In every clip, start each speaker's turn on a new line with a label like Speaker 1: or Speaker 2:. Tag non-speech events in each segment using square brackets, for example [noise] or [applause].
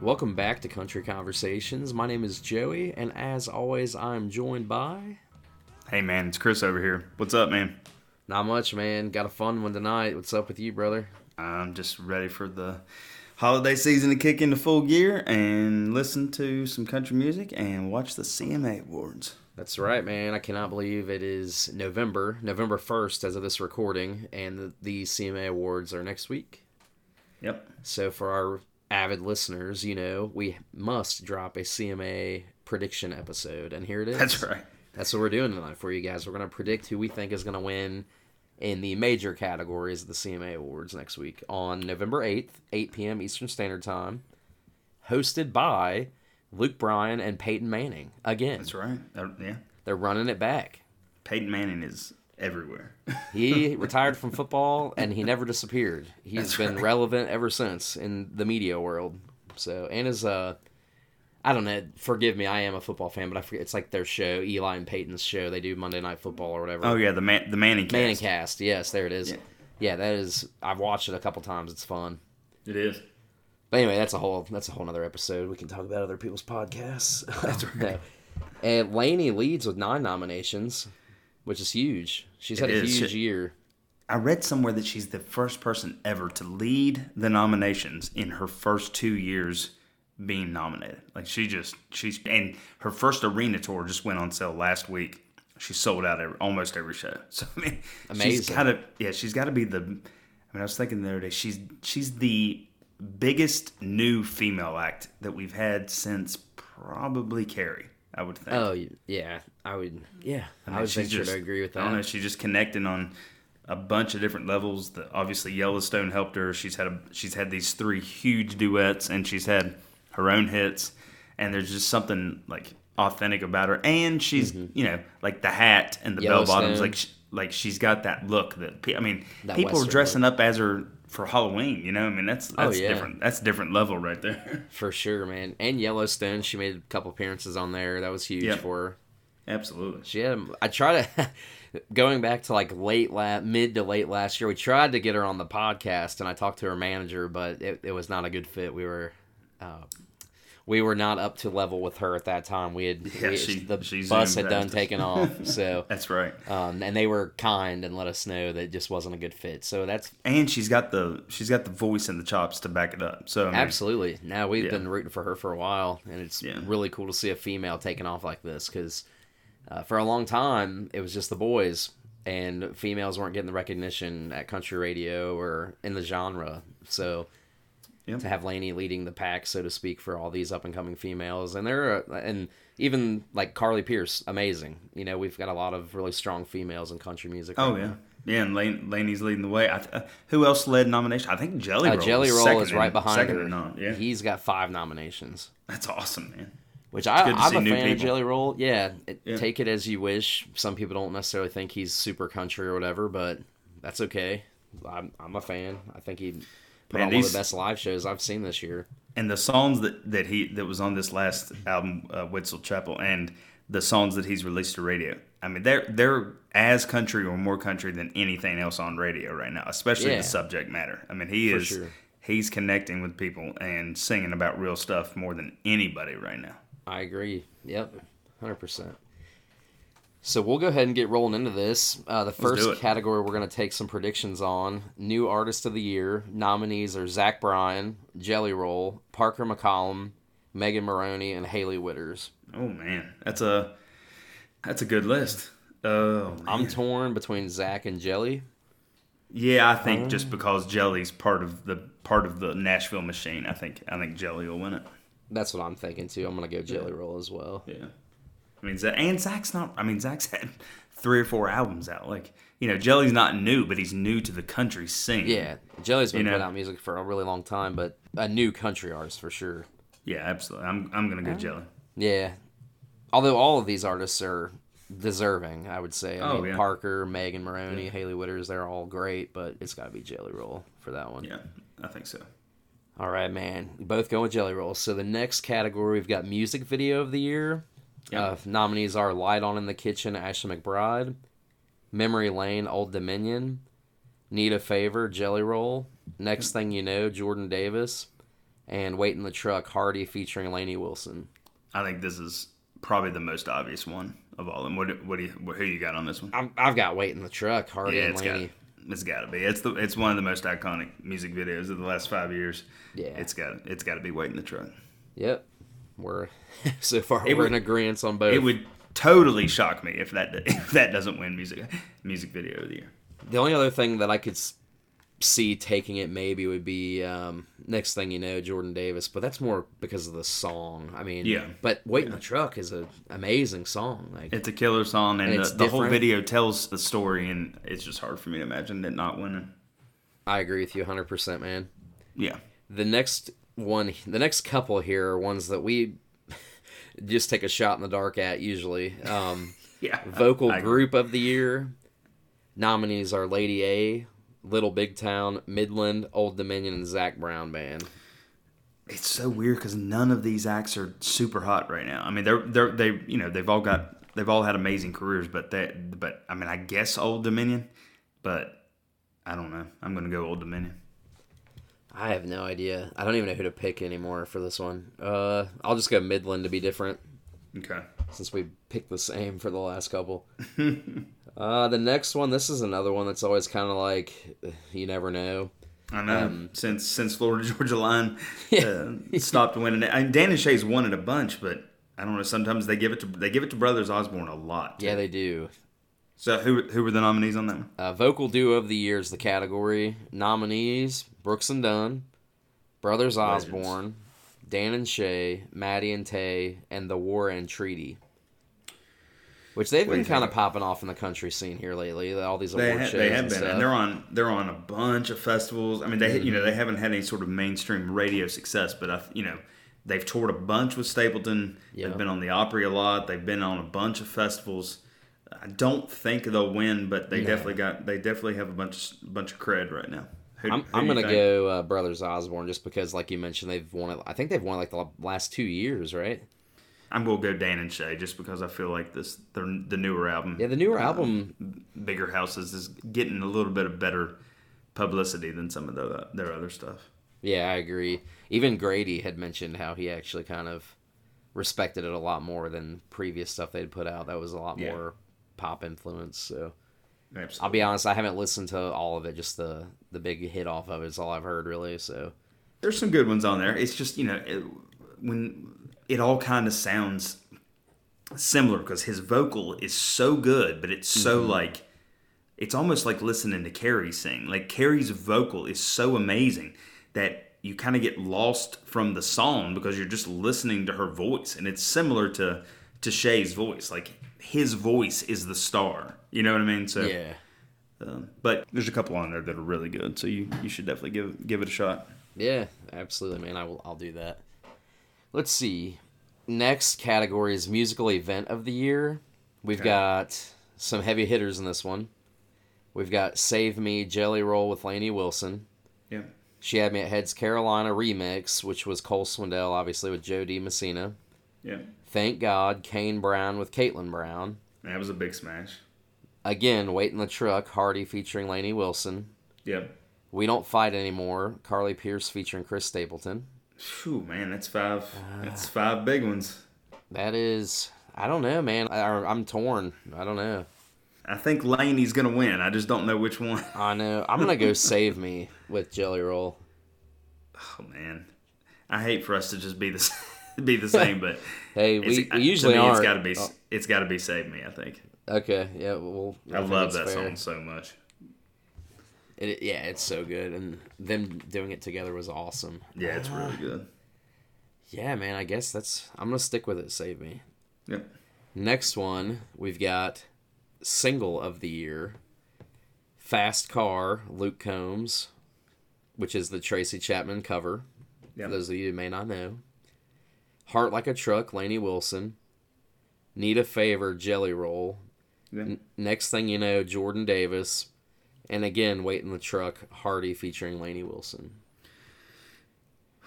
Speaker 1: Welcome back to Country Conversations. My name is Joey, and as always, I'm joined by.
Speaker 2: Hey man, it's Chris over here. What's up, man?
Speaker 1: Not much, man. Got a fun one tonight. What's up with you, brother?
Speaker 2: I'm just ready for the holiday season to kick into full gear and listen to some country music and watch the CMA Awards.
Speaker 1: That's right, man. I cannot believe it is November, November 1st, as of this recording, and the, the CMA Awards are next week.
Speaker 2: Yep.
Speaker 1: So, for our avid listeners, you know, we must drop a CMA prediction episode, and here it is.
Speaker 2: That's right.
Speaker 1: That's what we're doing tonight for you guys. We're going to predict who we think is going to win in the major categories of the CMA Awards next week on November 8th, 8 p.m. Eastern Standard Time, hosted by Luke Bryan and Peyton Manning. Again,
Speaker 2: That's right. Uh, yeah.
Speaker 1: they're running it back.
Speaker 2: Peyton Manning is [laughs] everywhere.
Speaker 1: He retired from football and he never disappeared. He's
Speaker 2: That's
Speaker 1: been
Speaker 2: right.
Speaker 1: relevant ever since in the media world. So, and his, uh, I don't know, forgive me, I am a football fan, but I forget, it's like their show, Eli and Peyton's show. They do Monday Night Football or whatever.
Speaker 2: oh yeah, the man, the Manning cast.
Speaker 1: Manning cast. Yes, there it is. Yeah.
Speaker 2: Yeah.
Speaker 1: that is. I've watched it a couple times. It's fun.
Speaker 2: It is.
Speaker 1: But anyway, that's a whole that's a whole other episode. We can talk about other people's podcasts. [laughs] That's right. And Lainey leads with nine nominations, which is huge. She's had
Speaker 2: It
Speaker 1: a
Speaker 2: is.
Speaker 1: huge
Speaker 2: She-
Speaker 1: year.
Speaker 2: I read somewhere that she's the first person ever to lead the nominations in her first two years being nominated. Like she just she's and her first arena tour just went on sale last week. She sold out every, almost every show. [laughs] So I mean, she's
Speaker 1: Amazing.
Speaker 2: got to yeah, she's got to be the. I mean, I was thinking the other day she's she's the biggest new female act that we've had since probably Carrie. I would think.
Speaker 1: Oh yeah, I would. Yeah, I, would
Speaker 2: She's
Speaker 1: venture to agree with
Speaker 2: I don't know.
Speaker 1: that.
Speaker 2: She's just connecting on a bunch of different levels. The, obviously, Yellowstone helped her. She's had a, she's had these three huge duets, and she's had her own hits. And there's just something like authentic about her. And she's you know like the hat and the bell bottoms.
Speaker 1: Mm-hmm. Yellowstone.
Speaker 2: Like sh like she's got that look that pe- I mean
Speaker 1: That
Speaker 2: people
Speaker 1: Western Oh,
Speaker 2: are dressing up as her for Halloween. You know I mean that's that's
Speaker 1: yeah.
Speaker 2: different. That's a different level right there. [laughs]
Speaker 1: For sure, man. And Yellowstone, she made a couple appearances on there. That was huge
Speaker 2: Yep.
Speaker 1: for her.
Speaker 2: Absolutely.
Speaker 1: She had. I try to [laughs] going back to like late last, mid to late last year. We tried to get her on the podcast, and I talked to her manager, but it, it was not a good fit. We were, uh, we were not up to level with her at that time. We had
Speaker 2: Yeah,
Speaker 1: we-
Speaker 2: she-
Speaker 1: the
Speaker 2: she
Speaker 1: bus had
Speaker 2: zoomed
Speaker 1: done
Speaker 2: past us.
Speaker 1: taken
Speaker 2: [laughs]
Speaker 1: off, so
Speaker 2: That's right.
Speaker 1: um, and they were kind and let us know that it just wasn't a good fit. So that's
Speaker 2: and she's got the she's got the voice and the chops to back it up. So I mean,
Speaker 1: Absolutely. Now we've
Speaker 2: Yeah.
Speaker 1: been rooting for her for a while, and it's
Speaker 2: Yeah.
Speaker 1: really cool to see a female taking off like this because uh, for a long time it was just the boys, and females weren't getting the recognition at country radio or in the genre. So
Speaker 2: Yep.
Speaker 1: to have Lainey leading the pack, so to speak, for all these up and coming females, and there are, and even like Carly Pierce, amazing. You know, we've got a lot of really strong females in country music.
Speaker 2: oh
Speaker 1: right
Speaker 2: yeah,
Speaker 1: now.
Speaker 2: yeah, and Lane, Laney's leading the way. I, th- uh, who else led nomination? I think Jelly
Speaker 1: Uh,
Speaker 2: Roll.
Speaker 1: Jelly
Speaker 2: was
Speaker 1: Roll
Speaker 2: second
Speaker 1: is right
Speaker 2: in-
Speaker 1: behind
Speaker 2: second
Speaker 1: her.
Speaker 2: or not. Yeah,
Speaker 1: He's got five nominations.
Speaker 2: that's awesome, man.
Speaker 1: Which I,
Speaker 2: good to
Speaker 1: I'm
Speaker 2: see
Speaker 1: a
Speaker 2: new
Speaker 1: fan of
Speaker 2: people.
Speaker 1: Jelly Roll. Yeah, it,
Speaker 2: Yeah.
Speaker 1: take it as you wish. Some people don't necessarily think he's super country or whatever, but that's okay. I'm, I'm a fan. I think he put
Speaker 2: Man,
Speaker 1: on one of
Speaker 2: these-
Speaker 1: the best live shows I've seen this year.
Speaker 2: And the songs that that he that was on this last album, uh, Wetzel Chapel, and the songs that he's released to radio. I mean, they're they're as country or more country than anything else on radio right now, especially
Speaker 1: Yeah.
Speaker 2: the subject matter. I mean, he
Speaker 1: For
Speaker 2: is
Speaker 1: sure.
Speaker 2: he's connecting with people and singing about real stuff more than anybody right now.
Speaker 1: I agree. Yep, hundred percent. So we'll go ahead and get rolling into this. Uh, the
Speaker 2: do
Speaker 1: first
Speaker 2: it.
Speaker 1: category we're going to take some predictions on: new artist of the year nominees are Zach Bryan, Jelly Roll, Parker McCollum, Megan Maroney, and Haley Witters.
Speaker 2: Oh man, that's a that's a good list. Oh, man.
Speaker 1: I'm torn between Zach and Jelly.
Speaker 2: yeah, I think just because Jelly's part of the part of the Nashville machine, I think I think Jelly will win it.
Speaker 1: That's what I'm thinking too. I'm gonna go Jelly Roll as well.
Speaker 2: Yeah, I mean, Zach, and Zach's not. I mean, Zach's had three or four albums out. Like you know, Jelly's not new, but he's new to the country scene.
Speaker 1: Yeah, Jelly's been
Speaker 2: You know-
Speaker 1: putting out music for a really long time, but a new country artist for sure.
Speaker 2: yeah, absolutely. I'm I'm gonna go Jelly.
Speaker 1: Yeah, although all of these artists are deserving, I would say. I
Speaker 2: Oh,
Speaker 1: mean,
Speaker 2: yeah.
Speaker 1: Parker, Megan Maroney, Haley Witters, they're all great, but it's gotta be Jelly Roll for that one.
Speaker 2: Yeah, I think so.
Speaker 1: All right, man. We Both going with Jelly Roll. So the next category, we've got Music Video of the Year.
Speaker 2: Yeah.
Speaker 1: Uh, nominees are Light On in the Kitchen, Ashley McBride, Memory Lane, Old Dominion, Need a Favor, Jelly Roll, Next Thing You Know, Jordan Davis, and Wait in the Truck Hardy featuring Laney Wilson.
Speaker 2: I think this is probably the most obvious one of all. And what what do you who you got on this one?
Speaker 1: I'm, I've got Wait in the Truck Hardy
Speaker 2: yeah,
Speaker 1: and
Speaker 2: it's got
Speaker 1: Laney.
Speaker 2: it's got to be. It's the it's one of the most iconic music videos of the last five years.
Speaker 1: Yeah.
Speaker 2: it's got it's got to be waiting the truck.
Speaker 1: Yep, we're [laughs] so far
Speaker 2: It
Speaker 1: we're
Speaker 2: would-
Speaker 1: in agreement on both.
Speaker 2: It would totally shock me if that [laughs] if that doesn't win music music video of the year.
Speaker 1: The only other thing that I could s- see taking it maybe would be um, next thing you know, Jordan Davis, but that's more because of the song. I mean,
Speaker 2: Yeah.
Speaker 1: But Wait in the Truck is an amazing song. Like,
Speaker 2: It's a killer song, and,
Speaker 1: And
Speaker 2: the,
Speaker 1: it's
Speaker 2: the whole
Speaker 1: different.
Speaker 2: video tells the story, and it's just hard for me to imagine it not winning.
Speaker 1: I agree with you 100%, man.
Speaker 2: Yeah,
Speaker 1: The next one, the next couple here are ones that we [laughs] just take a shot in the dark at usually.
Speaker 2: [laughs]
Speaker 1: Um,
Speaker 2: yeah.
Speaker 1: vocal
Speaker 2: I-
Speaker 1: group of the year nominees are Lady A, Little Big Town, Midland, Old Dominion, and Zach Brown Band.
Speaker 2: It's so weird because none of these acts are super hot right now. I mean, they're they're they you know they've all got they've all had amazing careers, but that but I mean I guess Old Dominion, but I don't know. I'm gonna go Old Dominion.
Speaker 1: I have no idea. I don't even know who to pick anymore for this one. Uh, I'll just go Midland to be different
Speaker 2: Okay.
Speaker 1: since we picked the same for the last
Speaker 2: [laughs]
Speaker 1: couple. uh, the next one, this is another one that's always kind of like [sighs] you never know.
Speaker 2: I know. Um, since since Florida [laughs] Georgia Line uh, stopped winning it, and Dan and Shay's won it a bunch, but I don't know. Sometimes they give it to they give it to Brothers Osborne a lot.
Speaker 1: Yeah, they do.
Speaker 2: So who who were the nominees on that one?
Speaker 1: Uh, vocal duo of the year is the category. Nominees: Brooks and Dunn, Brothers
Speaker 2: Legends.
Speaker 1: Osborne, Dan and Shay, Maddie and Tay, and the War and Treaty. Which they've
Speaker 2: do
Speaker 1: been
Speaker 2: you think
Speaker 1: kind of popping off in the country scene here lately. All these award
Speaker 2: They, ha-
Speaker 1: shows
Speaker 2: they have
Speaker 1: and
Speaker 2: been,
Speaker 1: stuff. Mm-hmm.
Speaker 2: and they're on they're on a bunch of festivals. I mean, they you know they haven't had any sort of mainstream radio success, but I you know they've toured a bunch with Stapleton.
Speaker 1: Yeah.
Speaker 2: They've been on the Opry a lot. They've been on a bunch of festivals. I don't think they'll win, but they definitely got they definitely have a bunch bunch of cred right now. Who,
Speaker 1: I'm,
Speaker 2: who
Speaker 1: I'm
Speaker 2: do you
Speaker 1: gonna
Speaker 2: think?
Speaker 1: go uh, Brothers Osborne just because, like you mentioned, they've won it. I think they've won like the last two years, right?
Speaker 2: I'm gonna go Dan and Shay just because I feel like this their the newer album.
Speaker 1: Yeah, the newer album.
Speaker 2: bigger houses is getting a little bit of better publicity than some of the, their other stuff.
Speaker 1: Yeah, I agree. Even Grady had mentioned how he actually kind of respected it a lot more than previous stuff they'd put out. That was a lot
Speaker 2: Yeah.
Speaker 1: more pop influence. So I'll
Speaker 2: Absolutely.
Speaker 1: be honest, I haven't listened to all of it. Just the the big hit off of it's all I've heard really. So
Speaker 2: There's some good ones on there. It's just you know it, when it all kind of sounds similar because his vocal is so good, but it's so like it's almost like listening to Carrie sing. Like Carrie's vocal is so amazing that you kind of get lost from the song because you're just listening to her voice, and it's similar to to Shay's voice. Like his voice is the star. You know what I mean? So
Speaker 1: yeah,
Speaker 2: Um, but there's a couple on there that are really good, so you, you should definitely give give it a shot.
Speaker 1: Yeah, absolutely, man. I will. I'll do that. Let's see. Next category is musical event of the year. We've
Speaker 2: Okay.
Speaker 1: got some heavy hitters in this one. We've got "Save Me" Jelly Roll with Lainey Wilson.
Speaker 2: Yeah.
Speaker 1: She had me at Heads Carolina remix, which was Cole Swindell, obviously with Jody Messina.
Speaker 2: Yeah.
Speaker 1: Thank God, Kane Brown with Caitlin Brown.
Speaker 2: That was a big smash.
Speaker 1: Again, Wait in the Truck, Hardy featuring Lainey Wilson.
Speaker 2: Yeah.
Speaker 1: We Don't Fight Anymore, Carly Pierce featuring Chris Stapleton.
Speaker 2: Phew, man, that's five
Speaker 1: Ah.
Speaker 2: that's five big ones.
Speaker 1: That is, I don't know, man. I, I'm torn. I don't know.
Speaker 2: I think Laney's gonna win. I just don't know which one. [laughs]
Speaker 1: I know. I'm gonna go save me with Jelly Roll.
Speaker 2: Oh man. I hate for us to just be the s- [laughs]
Speaker 1: [laughs]
Speaker 2: be the same, but
Speaker 1: Hey,
Speaker 2: it's-
Speaker 1: we,
Speaker 2: I-
Speaker 1: we usually
Speaker 2: to me,
Speaker 1: aren't.
Speaker 2: it's gotta be s it's gotta be Save Me, I think.
Speaker 1: Oh, okay, yeah. Well,
Speaker 2: I,
Speaker 1: think
Speaker 2: love
Speaker 1: it's
Speaker 2: that
Speaker 1: fair.
Speaker 2: song so much.
Speaker 1: It, it- yeah, it's so good, and them doing it together was awesome.
Speaker 2: Yeah, it's really good.
Speaker 1: Yeah, man. I guess that's. I'm gonna stick with it. Save me.
Speaker 2: Yep.
Speaker 1: Next one, we've got single of the year, "Fast Car" Luke Combs, which is the Tracy Chapman cover.
Speaker 2: Yeah.
Speaker 1: For those of you who may not know, Heart Like a Truck, Laney Wilson. Need a Favor, Jelly Roll. Mm.
Speaker 2: Yeah.
Speaker 1: Next thing you know, Jordan Davis. And again, Wait in the Truck, Hardy featuring Laney Wilson.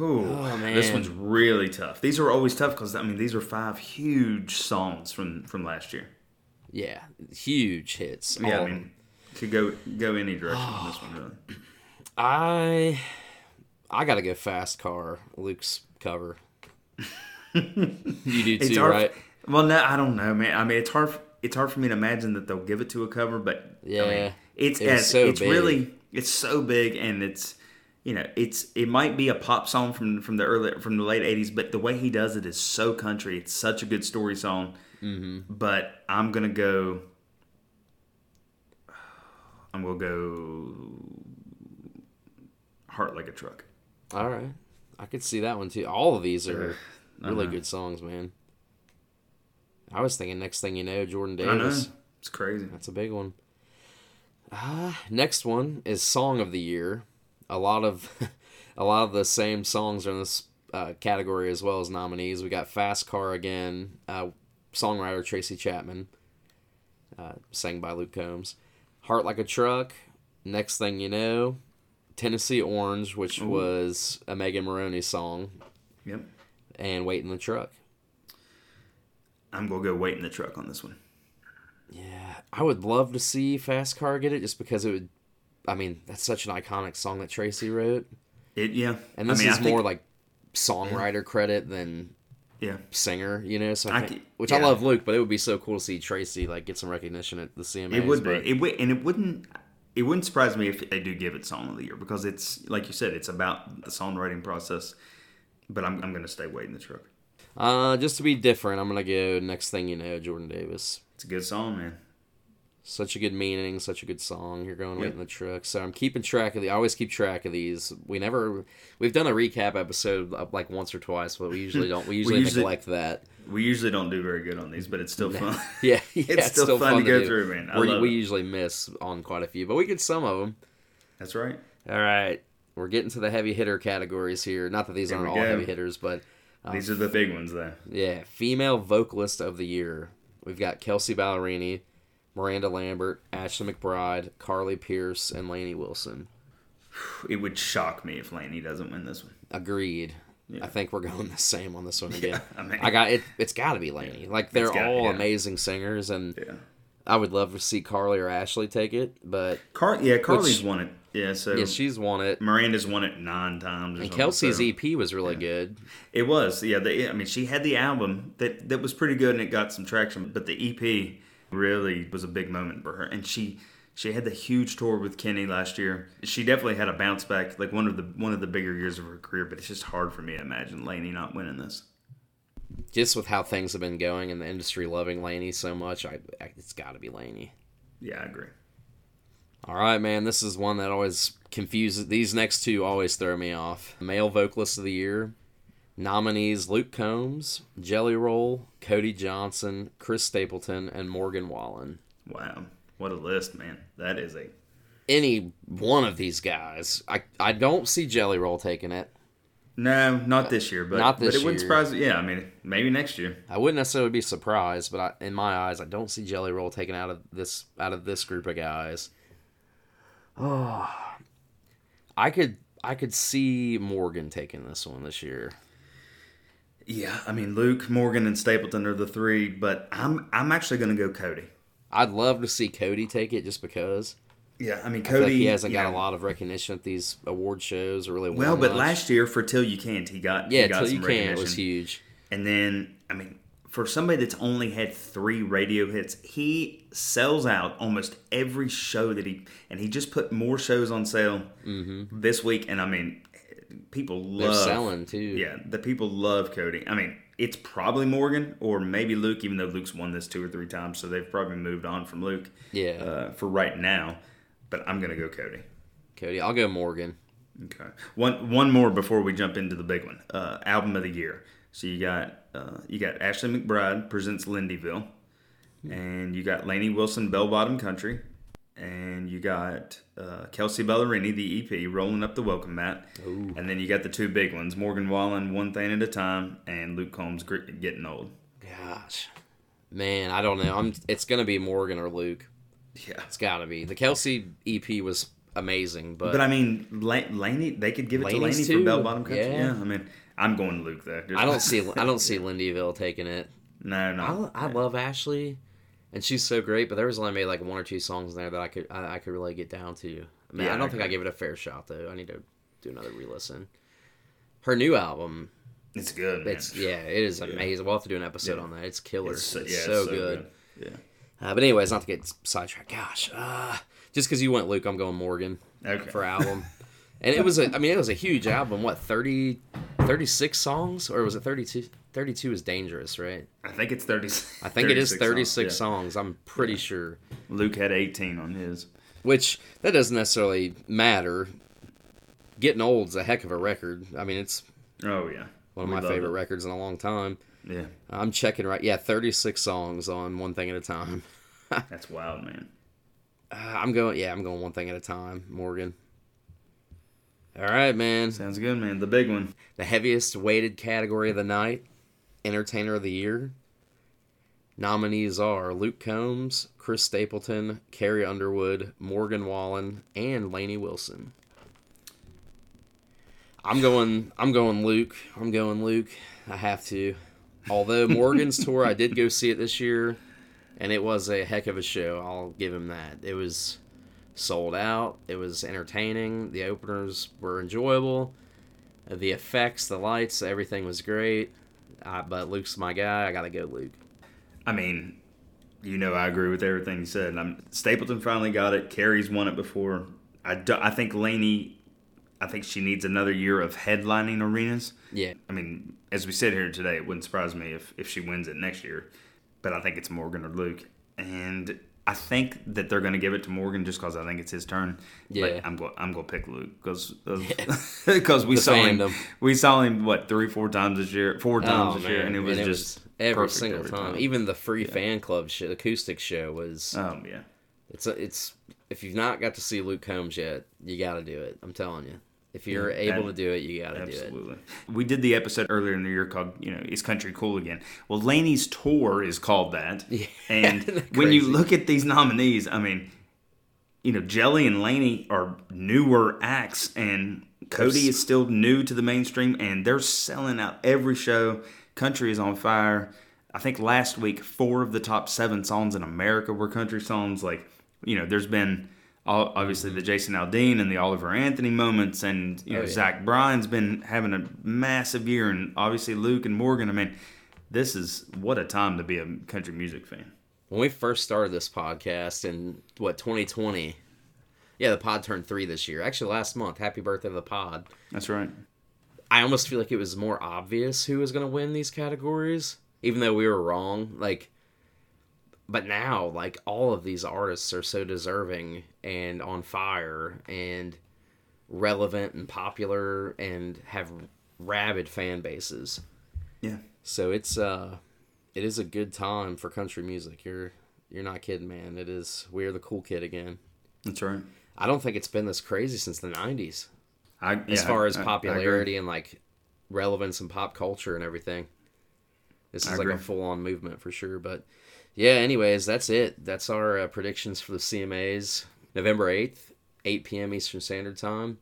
Speaker 2: Ooh,
Speaker 1: Oh,
Speaker 2: this
Speaker 1: man.
Speaker 2: one's really tough. These are always tough because I mean these are five huge songs from from last year.
Speaker 1: Yeah, huge hits. Um,
Speaker 2: Yeah,
Speaker 1: all
Speaker 2: I
Speaker 1: of
Speaker 2: mean could go go any direction on this one really.
Speaker 1: I I gotta go fast car. Luke's
Speaker 2: [laughs]
Speaker 1: cover. you do
Speaker 2: It's
Speaker 1: too,
Speaker 2: hard.
Speaker 1: right?
Speaker 2: Well, no, I don't know, man. I mean, it's hard. It's hard for me to imagine that they'll give it to a cover, but I
Speaker 1: Yeah.
Speaker 2: mean, it's
Speaker 1: It was
Speaker 2: as
Speaker 1: so
Speaker 2: it's
Speaker 1: big.
Speaker 2: really it's so big, and it's you know it's it might be a pop song from from the early from the late '80s, but the way he does it is so country. It's such a good story song. Mm-hmm. But I'm gonna go. I'm gonna go. Heart like a truck.
Speaker 1: All right, I could see that one too. All of these are really
Speaker 2: Uh-huh.
Speaker 1: good songs, man. I was thinking next thing you know, Jordan
Speaker 2: I know
Speaker 1: Davis.
Speaker 2: it's crazy.
Speaker 1: That's a big one. Uh, next one is song of the year. A lot of [laughs] a lot of the same songs are in this uh, category as well as nominees. We got Fast Car again, uh, songwriter Tracy Chapman, uh, sang by Luke Combs. Heart Like a Truck, Next Thing You Know, Tennessee Orange, which was a Megan Maroney song,
Speaker 2: Yep.
Speaker 1: and Wait in the Truck.
Speaker 2: I'm gonna go wait in the truck on this one.
Speaker 1: Yeah, I would love to see Fast Car get it just because it would. I mean, that's such an iconic song that Tracy wrote,
Speaker 2: It yeah.
Speaker 1: and this
Speaker 2: I mean,
Speaker 1: is
Speaker 2: I
Speaker 1: more
Speaker 2: think,
Speaker 1: like songwriter credit than
Speaker 2: yeah.
Speaker 1: singer, you know. So I
Speaker 2: I
Speaker 1: think,
Speaker 2: could-
Speaker 1: which I
Speaker 2: yeah.
Speaker 1: love Luke, but it would be so cool to see Tracy like get some recognition at the CMAs.
Speaker 2: It would be.
Speaker 1: but
Speaker 2: It would, and it wouldn't. It wouldn't surprise me if they do give it song of the year because it's like you said, it's about the songwriting process. But I'm, I'm gonna stay waiting the truck.
Speaker 1: Uh, just to be different, I'm gonna go next thing you know, Jordan Davis.
Speaker 2: It's a good song, man.
Speaker 1: Such a good meaning, such a good song. You're going
Speaker 2: Yep.
Speaker 1: waiting in the truck. So I'm keeping track of the. I always keep track of these. We never, we've done a recap episode uh, like once or twice, but we usually don't.
Speaker 2: [laughs]
Speaker 1: We usually
Speaker 2: usually-
Speaker 1: neglect that.
Speaker 2: We usually don't do very good on these, but it's still
Speaker 1: [laughs]
Speaker 2: fun.
Speaker 1: Yeah, yeah,
Speaker 2: It's still fun to go
Speaker 1: do.
Speaker 2: through, man. I
Speaker 1: We're-
Speaker 2: love
Speaker 1: we
Speaker 2: it.
Speaker 1: usually miss on quite a few, but we get some of them.
Speaker 2: That's right.
Speaker 1: All right, we're getting to the heavy hitter categories here. Not that these aren't
Speaker 2: we
Speaker 1: all
Speaker 2: go.
Speaker 1: heavy hitters, but
Speaker 2: These are the big ones, though.
Speaker 1: yeah, female vocalist of the year. We've got Kelsey Ballerini, Miranda Lambert, Ashley McBride, Carly Pierce, and Lainey Wilson.
Speaker 2: It would shock me if Laney doesn't win this one.
Speaker 1: Agreed. I think we're going the same on this
Speaker 2: [laughs]
Speaker 1: one again.
Speaker 2: I mean-
Speaker 1: I got it. It's got to be Lainey. Like they're
Speaker 2: gotta-
Speaker 1: all
Speaker 2: yeah.
Speaker 1: amazing singers, and
Speaker 2: Yeah.
Speaker 1: I would love to see Carly or Ashley take it, but
Speaker 2: Car- yeah, Carly's won it. Yeah, so
Speaker 1: yeah, she's won it.
Speaker 2: Miranda's won it nine times. Or
Speaker 1: And
Speaker 2: something,
Speaker 1: Kelsey's
Speaker 2: so-
Speaker 1: EP was really good.
Speaker 2: It was, yeah. They, I mean, she had the album that that was pretty good and it got some traction, but the EP really was a big moment for her. And she she had the huge tour with Kenny last year. She definitely had a bounce back, like one of the one of the bigger years of her career. But it's just hard for me to imagine Lainey not winning this.
Speaker 1: Just with how things have been going and the industry loving Laney so much, I, I it's got to be Laney.
Speaker 2: Yeah, I agree.
Speaker 1: All right, man. This is one that always confuses. These next two always throw me off. Male vocalist of the year nominees: Luke Combs, Jelly Roll, Cody Johnson, Chris Stapleton, and Morgan Wallen.
Speaker 2: Wow, what a list, man. That is a
Speaker 1: Any one of these guys, I I don't see Jelly Roll taking it.
Speaker 2: no, not this year, but
Speaker 1: Not this
Speaker 2: but it wouldn't
Speaker 1: year.
Speaker 2: surprise. Yeah, I mean, maybe next year.
Speaker 1: I wouldn't necessarily be surprised, but I, in my eyes, I don't see Jelly Roll taken out of this out of this group of guys. [sighs] Oh, I could I could see Morgan taking this one this year.
Speaker 2: Yeah, I mean, Luke, Morgan, and Stapleton are the three, but I'm I'm actually gonna go Cody.
Speaker 1: I'd love to see Cody take it just because
Speaker 2: Yeah, I mean,
Speaker 1: I feel
Speaker 2: Cody.
Speaker 1: like he hasn't
Speaker 2: yeah.
Speaker 1: got a lot of recognition at these award shows or really. won
Speaker 2: Well, but
Speaker 1: much.
Speaker 2: last year for Till You Can't, he got
Speaker 1: yeah,
Speaker 2: he got
Speaker 1: till
Speaker 2: some
Speaker 1: you can
Speaker 2: recognition.
Speaker 1: it was huge.
Speaker 2: And then, I mean, for somebody that's only had three radio hits, he sells out almost every show that he and he just put more shows on sale this week. And I mean, people
Speaker 1: Mm-hmm. They're
Speaker 2: love
Speaker 1: selling too.
Speaker 2: Yeah, the people love Cody. I mean, it's probably Morgan or maybe Luke, even though Luke's won this two or three times, so they've probably moved on from Luke.
Speaker 1: Yeah.
Speaker 2: uh, for right now, but I'm gonna go Cody.
Speaker 1: Cody. I'll go Morgan.
Speaker 2: Okay. One one more before we jump into the big one. Uh, album of the year. So you got uh, you got Ashley McBride presents Lindyville,
Speaker 1: Hmm.
Speaker 2: and you got Lainey Wilson Bell Bottom Country, and you got uh, Kelsey Ballerini the EP Rolling Up the Welcome Mat, and then you got the two big ones Morgan Wallen One Thing at a Time and Luke Combs Gr- Getting Old.
Speaker 1: Gosh, man, I don't know. I'm. It's gonna be Morgan or Luke.
Speaker 2: Yeah.
Speaker 1: It's gotta be. The Kelsey EP was amazing, but,
Speaker 2: But I mean, La- Lainey they could give it
Speaker 1: Lainey's
Speaker 2: to Lainey
Speaker 1: too.
Speaker 2: for Bell Bottom Country.
Speaker 1: Yeah.
Speaker 2: Yeah. I mean, I'm going Luke though.
Speaker 1: I don't see I don't see Lindyville taking it.
Speaker 2: no no.
Speaker 1: I, I love Ashley, and she's so great. But there was only maybe like one or two songs in there that I could I, I could really get down to. Man,
Speaker 2: Yeah,
Speaker 1: I
Speaker 2: I
Speaker 1: don't think I
Speaker 2: agree.
Speaker 1: gave it a fair shot though. I need to do another re-listen. Her new album,
Speaker 2: It's good. Man.
Speaker 1: it's yeah, it is amazing. We'll have to do an episode
Speaker 2: Yeah.
Speaker 1: on that. It's killer. It's,
Speaker 2: so- yeah, it's
Speaker 1: so, good. Uh, but anyways, not to get sidetracked. Gosh, uh, just because you went Luke, I'm going Morgan
Speaker 2: Yeah. Okay.
Speaker 1: for
Speaker 2: [laughs]
Speaker 1: album. and it was a, I mean, it was a huge album. What 30, 36 songs, or was it 32? 32 is dangerous, right?
Speaker 2: I think it's 30.
Speaker 1: I think it
Speaker 2: [laughs]
Speaker 1: is 36
Speaker 2: yeah.
Speaker 1: songs. I'm pretty sure.
Speaker 2: Luke had 18 on his.
Speaker 1: Which that doesn't necessarily matter. Getting old's a heck of a record. I mean, it's
Speaker 2: Oh yeah.
Speaker 1: one of
Speaker 2: We
Speaker 1: my
Speaker 2: love
Speaker 1: favorite records in a long time.
Speaker 2: it. Yeah.
Speaker 1: I'm checking right. Yeah, 36 songs on one thing at a time.
Speaker 2: That's wild, man.
Speaker 1: Uh, I'm going. Yeah, I'm going one thing at a time. Morgan. All right, man.
Speaker 2: Sounds good, man. The big one.
Speaker 1: The heaviest weighted category of the night, Entertainer of the Year. Nominees are Luke Combs, Chris Stapleton, Carrie Underwood, Morgan Wallen, and Lainey Wilson. I'm going. I'm going Luke. I'm going Luke. I have to. Although Morgan's tour, I did go see it this year, and it was a heck of a show. I'll give him that. It was sold out. It was entertaining. The openers were enjoyable. The effects, the lights, everything was great. Uh, but Luke's my guy. I gotta go, Luke.
Speaker 2: I mean, you know, I agree with everything you said. I'm, Stapleton finally got it. Carrie's won it before. I, do, I think Laney, I think she needs another year of headlining arenas.
Speaker 1: Yeah,
Speaker 2: I mean, as we sit here today, it wouldn't surprise me if, if she wins it next year. But I think it's Morgan or Luke. And I think that they're going to give it to Morgan just because I think it's his turn.
Speaker 1: Yeah.
Speaker 2: But I'm going I'm going to pick Luke because [laughs] because we
Speaker 1: The
Speaker 2: saw him
Speaker 1: fandom.
Speaker 2: we saw him what three four times this year four times
Speaker 1: Oh,
Speaker 2: this year and it
Speaker 1: man.
Speaker 2: was just
Speaker 1: every
Speaker 2: perfect
Speaker 1: single
Speaker 2: every
Speaker 1: time. E- Even the free fan club show, acoustic show was.
Speaker 2: Um, yeah.
Speaker 1: It's a, it's if you've not got to see Luke Combs yet, you gotta do it. I'm telling you, if you're able to
Speaker 2: ab-
Speaker 1: do it, you gotta do it.
Speaker 2: Absolutely. We did the episode earlier in the year called, you know, Is Country Cool Again? Well, Laney's tour is called that. And
Speaker 1: [laughs] isn't that
Speaker 2: when you
Speaker 1: crazy?
Speaker 2: look at these nominees, I mean, you know, Jelly and Laney are newer acts, and Cody is still new to the mainstream, and they're selling out every show. Country is on fire. I think last week, four of the top seven songs in America were country songs. Like, you know, there's been all, obviously the Jason Aldean and the Oliver Anthony moments, and, you know,
Speaker 1: Oh, yeah.
Speaker 2: Zach Bryan's been having a massive year, and obviously Luke and Morgan. I mean, this is what a time to be a country music fan.
Speaker 1: When we first started this podcast in what 2020, yeah, the pod turned three this year. Actually, last month. Happy birthday to the pod.
Speaker 2: That's right.
Speaker 1: I almost feel like it was more obvious who was going to win these categories, even though we were wrong. Like, but now, like, all of these artists are so deserving and on fire and relevant and popular and have rabid fan bases.
Speaker 2: Yeah.
Speaker 1: So it's, uh, it is a good time for country music. You're, you're not kidding, man. It is, we're the cool kid again.
Speaker 2: That's right.
Speaker 1: I don't think it's been this crazy since the 90s
Speaker 2: I,
Speaker 1: as
Speaker 2: yeah,
Speaker 1: far as
Speaker 2: I- I agree.
Speaker 1: popularity and like relevance and pop culture and everything. This is like a
Speaker 2: agree.
Speaker 1: full on movement for sure. But yeah, anyways, that's it. That's our uh, predictions for the CMAs. November 8th, 8 p.m. Eastern Standard Time.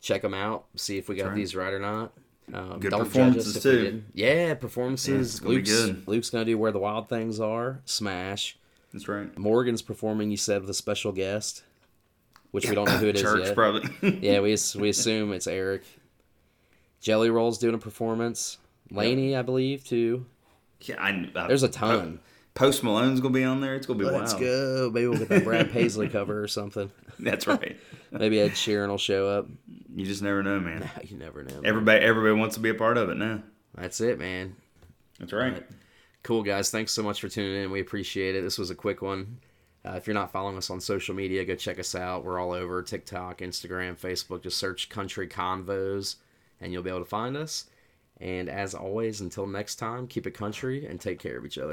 Speaker 1: Check them out. See if we got
Speaker 2: right.
Speaker 1: these right or not. Um,
Speaker 2: Good
Speaker 1: don't judge us
Speaker 2: performances,
Speaker 1: if we
Speaker 2: too.
Speaker 1: didn't. Yeah, performances.
Speaker 2: Yeah, it's gonna be
Speaker 1: Luke's,
Speaker 2: good.
Speaker 1: Luke's going to do Where the Wild Things Are, Smash.
Speaker 2: That's right.
Speaker 1: Morgan's performing, you said, with a special guest, which we don't know who it is
Speaker 2: Church
Speaker 1: yet.
Speaker 2: probably.
Speaker 1: [laughs] Yeah, we as- we assume it's Eric. Jelly Roll's doing a performance. Laney, I believe, too.
Speaker 2: yeah, I, I,
Speaker 1: There's a ton.
Speaker 2: Post Malone's gonna be on there. It's gonna be
Speaker 1: Let's
Speaker 2: wild.
Speaker 1: go. Maybe we'll get that Brad Paisley cover or something.
Speaker 2: That's [laughs] right.
Speaker 1: Maybe Ed Sheeran will show up.
Speaker 2: You just never know, man.
Speaker 1: [laughs] You never know. man.
Speaker 2: Everybody, everybody wants to be a part of it now.
Speaker 1: That's it, man.
Speaker 2: That's right.
Speaker 1: Cool, guys. Thanks so much for tuning in. We appreciate it. This was a quick one. Uh, if you're not following us on social media, go check us out. We're all over TikTok, Instagram, Facebook. Just search Country Convos and you'll be able to find us. And as always, until next time, keep it country and take care of each other.